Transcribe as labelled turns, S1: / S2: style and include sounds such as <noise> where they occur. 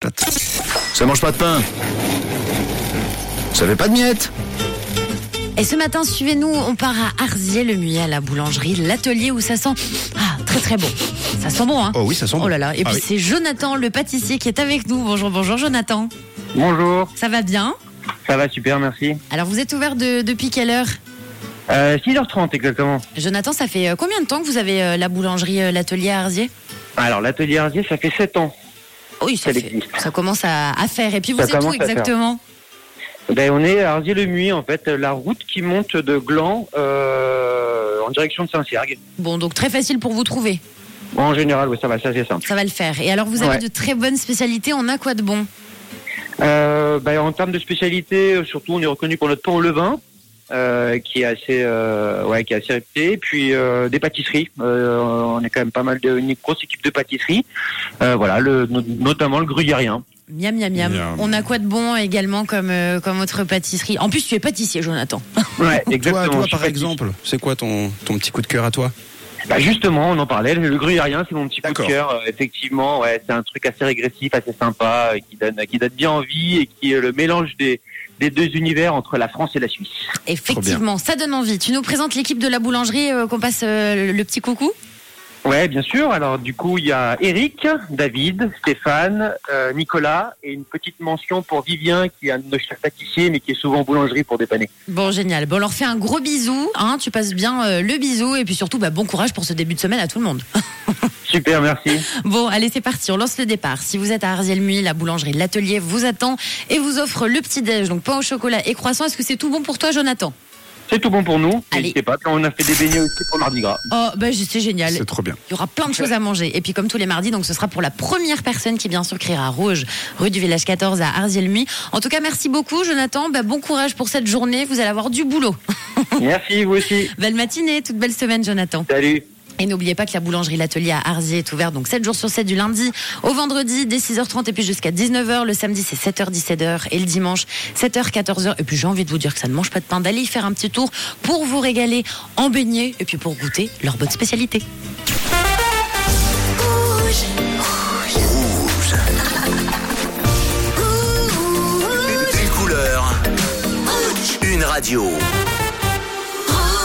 S1: pâtes. Ça mange pas de pain. Ça fait pas de miettes.
S2: Et ce matin, suivez-nous, on part à Arzier le muet à la boulangerie, l'atelier où ça sent ah, très très bon. Ça sent bon, hein
S1: Oh oui, ça sent bon.
S2: Oh là là. Et
S1: Ah
S2: puis
S1: oui.
S2: c'est Jonathan, le pâtissier, qui est avec nous. Bonjour, bonjour Jonathan.
S3: Bonjour,
S2: Ça va bien
S3: ça va super, merci.
S2: Alors vous êtes ouvert de- depuis quelle heure
S3: Euh, 6h30 exactement.
S2: Jonathan, ça fait euh, combien de temps que vous avez euh, la boulangerie, euh, l'atelier à Arzier
S3: Alors l'atelier Ardier, ça fait 7 ans.
S2: Oui, ça,
S3: Ça
S2: fait-
S3: existe.
S2: ça commence à, à faire. Et puis vous
S3: Ça
S2: êtes où
S3: commence à faire.
S2: exactement
S3: Ben, on est à Ardier-le-Muy en fait, la route qui monte de Gland euh, en direction de Saint-Ciergue.
S2: Bon, donc très facile pour vous trouver.
S3: Bon, en général, oui, ça va, ça c'est simple.
S2: Ça va le faire. Et alors vous avez
S3: Ouais.
S2: de très bonnes spécialités. On a quoi de bon
S3: Euh, ben, en termes de spécialité, euh, surtout on est reconnu pour notre pain au levain. Euh, qui est assez euh, ouais qui est assez réputé puis euh, des pâtisseries Euh, on est quand même pas mal de une grosse équipe de pâtisseries Euh, voilà le no- notamment le gruyérien
S2: Miam, miam, miam,
S1: Miam.
S2: On a quoi de bon également comme, euh, comme autre pâtisserie En plus, tu es pâtissier, Jonathan.
S3: ouais
S1: Toi, toi
S3: exactement Je suis
S1: par
S3: pâtissier.
S1: exemple, c'est quoi ton, ton petit coup de cœur à toi
S3: Bah justement, on en parlait. Le gruyérien, c'est mon petit coup
S1: D'accord.
S3: de cœur. euh, effectivement, ouais, c'est un truc assez régressif, assez sympa, euh, qui donne, qui donne bien envie et qui est le mélange des, des deux univers entre la France et la Suisse.
S2: Effectivement, ça donne envie. Tu nous présentes l'équipe de la boulangerie euh, qu'on passe euh, le- le petit coucou
S3: Ouais, bien sûr. Alors du coup, il y a Eric, David, Stéphane, euh, Nicolas et une petite mention pour Vivien, qui est un de nos chefs pâtissiers, mais qui est souvent en boulangerie pour dépanner.
S2: Bon, génial. Bon, on leur fait un gros bisou. Hein, tu passes bien euh, le bisou. Et puis surtout, bah, bon courage pour ce début de semaine à tout le monde.
S3: Super, merci.
S2: Bon, allez, c'est parti. On lance le départ. Si vous êtes à Arzielmuy, la boulangerie de l'atelier vous attend et vous offre le petit-déj. Donc, pain au chocolat et croissant. Est-ce que c'est tout bon pour toi, Jonathan
S3: C'est tout bon pour nous.
S2: Allez.
S3: N'hésitez pas. On a fait des beignets aussi pour Mardi Gras.
S2: Oh, bah, c'est génial.
S1: C'est trop bien.
S2: Il y aura plein de choses à manger. Et puis, comme tous les mardis, donc ce sera pour la première personne qui, bien sûr, criera Rouge, rue du Village 14 à Arzielmuy. En tout cas, merci beaucoup, Jonathan. Bah, bon courage pour cette journée. Vous allez avoir du boulot. <laughs>
S3: merci, vous aussi.
S2: Belle matinée, toute belle semaine, Jonathan.
S3: Salut.
S2: Et n'oubliez pas que la boulangerie L'Atelier à Arzier est ouverte donc 7 jours sur 7 du lundi au vendredi dès 6h30 et puis jusqu'à 19h. Le samedi c'est 7h 17h et le dimanche 7h 14h. Et puis j'ai envie de vous dire que ça ne mange pas de pain d'aller y faire un petit tour pour vous régaler en beignet et puis pour goûter leur bonne spécialité.
S4: Une couleur, une radio.